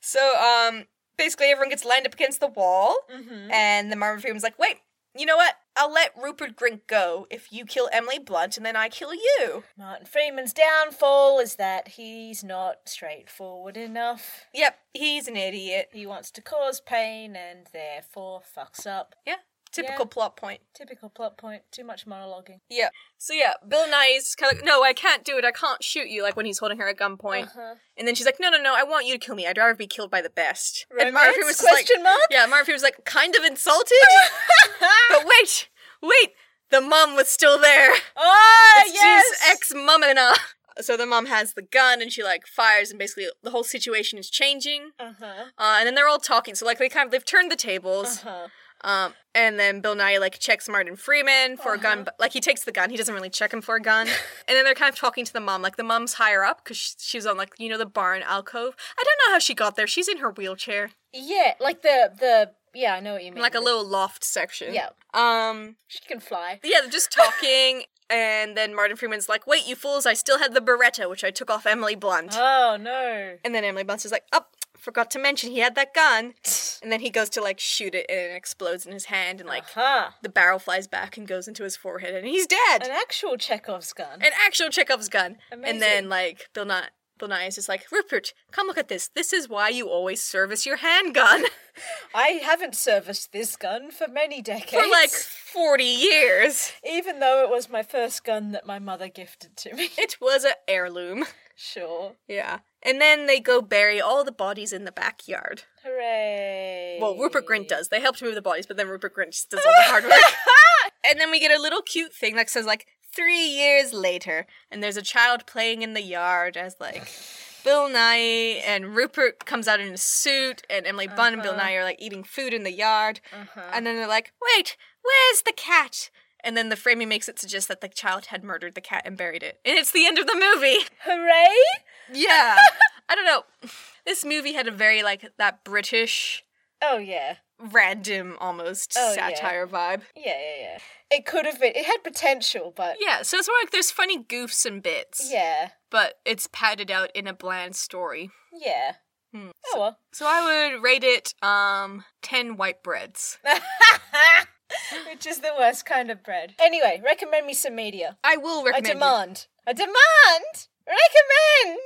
so, um, basically, everyone gets lined up against the wall. mm-hmm. And the Marvin Freeman's like, wait, you know what? I'll let Rupert Grint go if you kill Emily Blunt and then I kill you. Martin Freeman's downfall is that he's not straightforward enough. Yep, he's an idiot. He wants to cause pain and therefore fucks up. Yeah, typical plot point. Typical plot point. Too much [LAUGHS] monologuing. [LAUGHS] Yeah. So yeah, Bill Nye is kind of like, no, I can't do it. I can't shoot you, like when he's holding her at gunpoint. Uh-huh. And then she's like, no, no, no, I want you to kill me. I'd rather be killed by the best. and Romance? Freeman's just Question like, mark? Yeah, Marvin Freeman's like, kind [LAUGHS] of insulted. but wait, wait, the mom was still there. oh It's yes. Zeus ex mumina. So the mom has the gun and she like fires and basically the whole situation is changing. uh-huh. Uh, and then they're all talking. So like they kind of they've turned the tables. Uh-huh. Um, and then Bill Nye like checks Martin Freeman for a gun, Uh-huh. but like he takes the gun. He doesn't really check him for [LAUGHS] a gun. and then they're kind of talking to the mom. Like the mom's higher up because she, she was on like you know the barn alcove. I don't know how she got there. She's in her wheelchair Yeah, like the the yeah, I know what you in mean. like a little loft section. Yeah. Um. She can fly. Yeah, they're just talking. [LAUGHS] And then Martin Freeman's like, "Wait, you fools! I still had the Beretta, which I took off Emily Blunt." Oh no. And then Emily Blunt is like, oh, forgot to mention he had that gun. And then he goes to like shoot it and it explodes in his hand and like huh. the barrel flies back and goes into his forehead and he's dead. An actual Chekhov's gun. An actual Chekhov's gun. Amazing. And then like Bill Nye, Bill Nye is just like, Rupert, come look at this. This is why you always service your handgun [LAUGHS] I haven't serviced this gun for many decades. for like 40 years. even though it was my first gun that my mother gifted to me. [LAUGHS] It was a heirloom. sure. Yeah. And then they go bury all the bodies in the backyard. Hooray. Well, Rupert Grint does. They helped move the bodies, but then Rupert Grint just does all the hard work. [LAUGHS] [LAUGHS] and then we get a little cute thing that says like three years later, and there's a child playing in the yard as [SIGHS] like Bill Nye and Rupert comes out in a suit, and Emily Bunn and Bill Uh-huh. Nye are like eating food in the yard, Uh-huh. and then they're like, "Wait, where's the cat?" And then the framing makes it suggest that the child had murdered the cat and buried it, and it's the end of [LAUGHS] the movie. Hooray! Yeah, [LAUGHS] I don't know. This movie had a very like that British Oh yeah. random almost Oh, yeah. satire vibe. Yeah, yeah, yeah. It could have been it had potential, but Yeah, so it's more like there's funny goofs and bits, yeah. but it's padded out in a bland story. Yeah. Hmm. Oh well. [LAUGHS] So I would rate it um 10 white breads. Which is the worst kind of bread. Anyway, recommend me some media. I will I recommend you- demand. I demand. Recommend.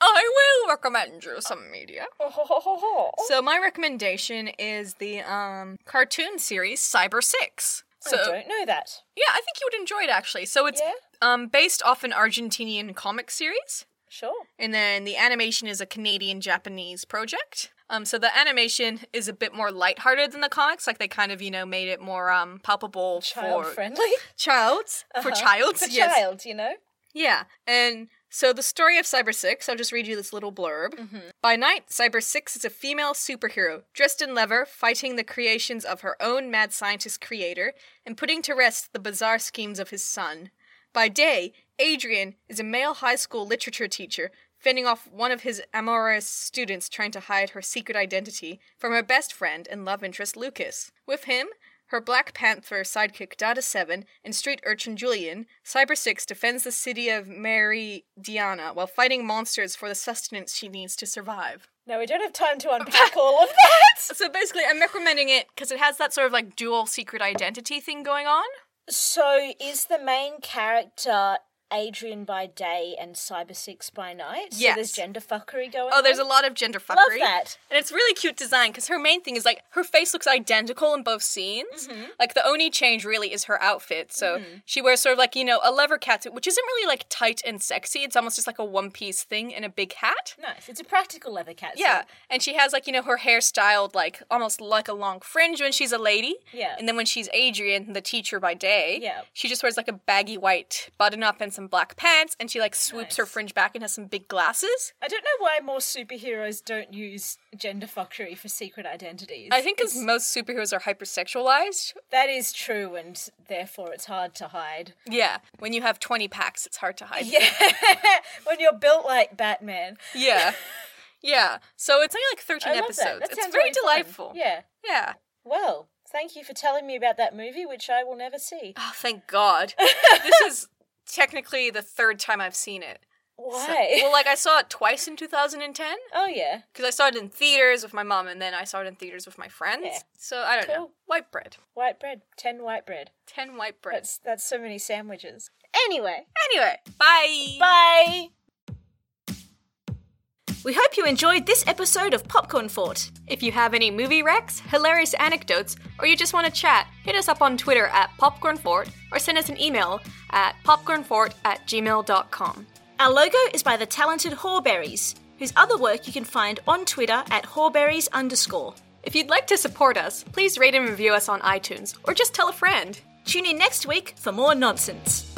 I will recommend you some media. Oh, ho, ho, ho, ho. So my recommendation is the um cartoon series Cyber 6. So I don't know that. yeah, I think you would enjoy it actually. So it's Yeah. um based off an Argentinian comic series. Sure. And then the animation is a Canadian Japanese project. Um, so the animation is a bit more lighthearted than the comics. Like they kind of, you know, made it more um, palpable Child for [LAUGHS] friendly. childs. For Uh-huh. childs, For yes. child, you know. Yeah. And so the story of Cyber Six, I'll just read you this little blurb. Mm-hmm. By night, Cyber Six is a female superhero, dressed in leather, fighting the creations of her own mad scientist creator and putting to rest the bizarre schemes of his son. By day, Adrian is a male high school literature teacher, fending off one of his amorous students trying to hide her secret identity from her best friend and love interest Lucas. With him, her Black Panther sidekick Dada 7 and street urchin Julian, Cyber 6 defends the city of Mary Diana while fighting monsters for the sustenance she needs to survive. No, we don't have time to unpack all of that. So basically, I'm recommending it because it has that sort of like dual secret identity thing going on. So, is the main character Adrian by day and Cyber Six by night? So Yes. there's gender fuckery going Oh, there's a on? lot of gender fuckery. Love that. And it's really cute design because her main thing is like her face looks identical in both scenes. Mm-hmm. Like the only change really is her outfit. So she wears sort of like, you know, a lever cat suit, which isn't really like tight and sexy. It's almost just like a one piece thing and a big hat. Nice. It's a practical leather cat. suit. Yeah. And she has like, you know, her hair styled like almost like a long fringe when she's a lady. Yeah. And then when she's Adrian, the teacher by day, Yeah. she just wears like a baggy white button up and some black pants and she like swoops her Nice. fringe back and has some big glasses. I don't know why more superheroes don't use gender fuckery for secret identities. I think because most superheroes are hypersexualized, that is true, and therefore it's hard to hide. Yeah, when you have 20 packs, it's hard to hide. Yeah, [LAUGHS] when you're built like Batman. [LAUGHS] Yeah. Yeah. So it's only like 13 I love episodes. that. that it's sounds very really fun. delightful. Yeah. Yeah. Well, thank you for telling me about that movie, which I will never see. Oh, [LAUGHS] thank God. this is technically the third time I've seen it. Uh, So- Why? well, like I saw it twice in 2010 [LAUGHS] oh yeah. because I saw it in theaters with my mom and then I saw it in theaters with my friends. Yeah. So I don't know. Cool. White bread. White bread. Ten white bread. 10 white breads. That's that's so many sandwiches. Anyway. Anyway, bye. Bye. We hope you enjoyed this episode of Popcorn Fort. If you have any movie recs, hilarious anecdotes, or you just want to chat, hit us up on Twitter at Popcorn Fort or send us an email at popcornfort at gmail.com. Our logo is by the talented Horberries, whose other work you can find on Twitter at Horberries underscore. If you'd like to support us, please rate and review us on iTunes or just tell a friend. Tune in next week for more nonsense.